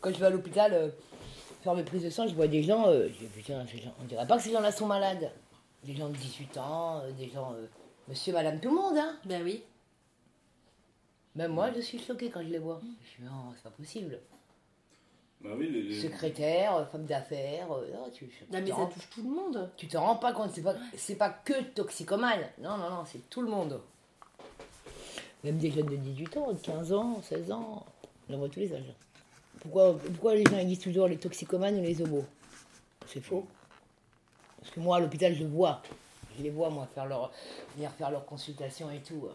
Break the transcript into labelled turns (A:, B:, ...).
A: Quand je vais à l'hôpital euh, faire mes prises de sang, je vois des gens. euh, je dis putain, ces gens- on dirait pas que ces gens-là sont malades. Des gens de 18 ans, euh, des gens. euh, monsieur, madame, tout le monde, hein.
B: Ben oui.
A: Même moi, je suis choquée quand je les vois. Je suis non, c'est pas possible.
C: Bah oui, les, les-
A: Secrétaire, euh, femme d'affaires, euh, non, tu, tu
B: Non, mais
A: t'en
B: ça
A: rends-
B: touche tout le monde.
A: tu t'en rends pas compte. C'est pas, c'est pas que toxicomane. Non, non, non, c'est tout le monde. Même des jeunes de 18 ans, de 15 ans, 16 ans. On en voit tous les âges. Pourquoi, pourquoi les gens ils disent toujours les toxicomanes ou les hobos C'est faux. Parce que moi, à l'hôpital, je vois. Je les vois, moi, faire leur, venir faire leur consultation et tout. hein.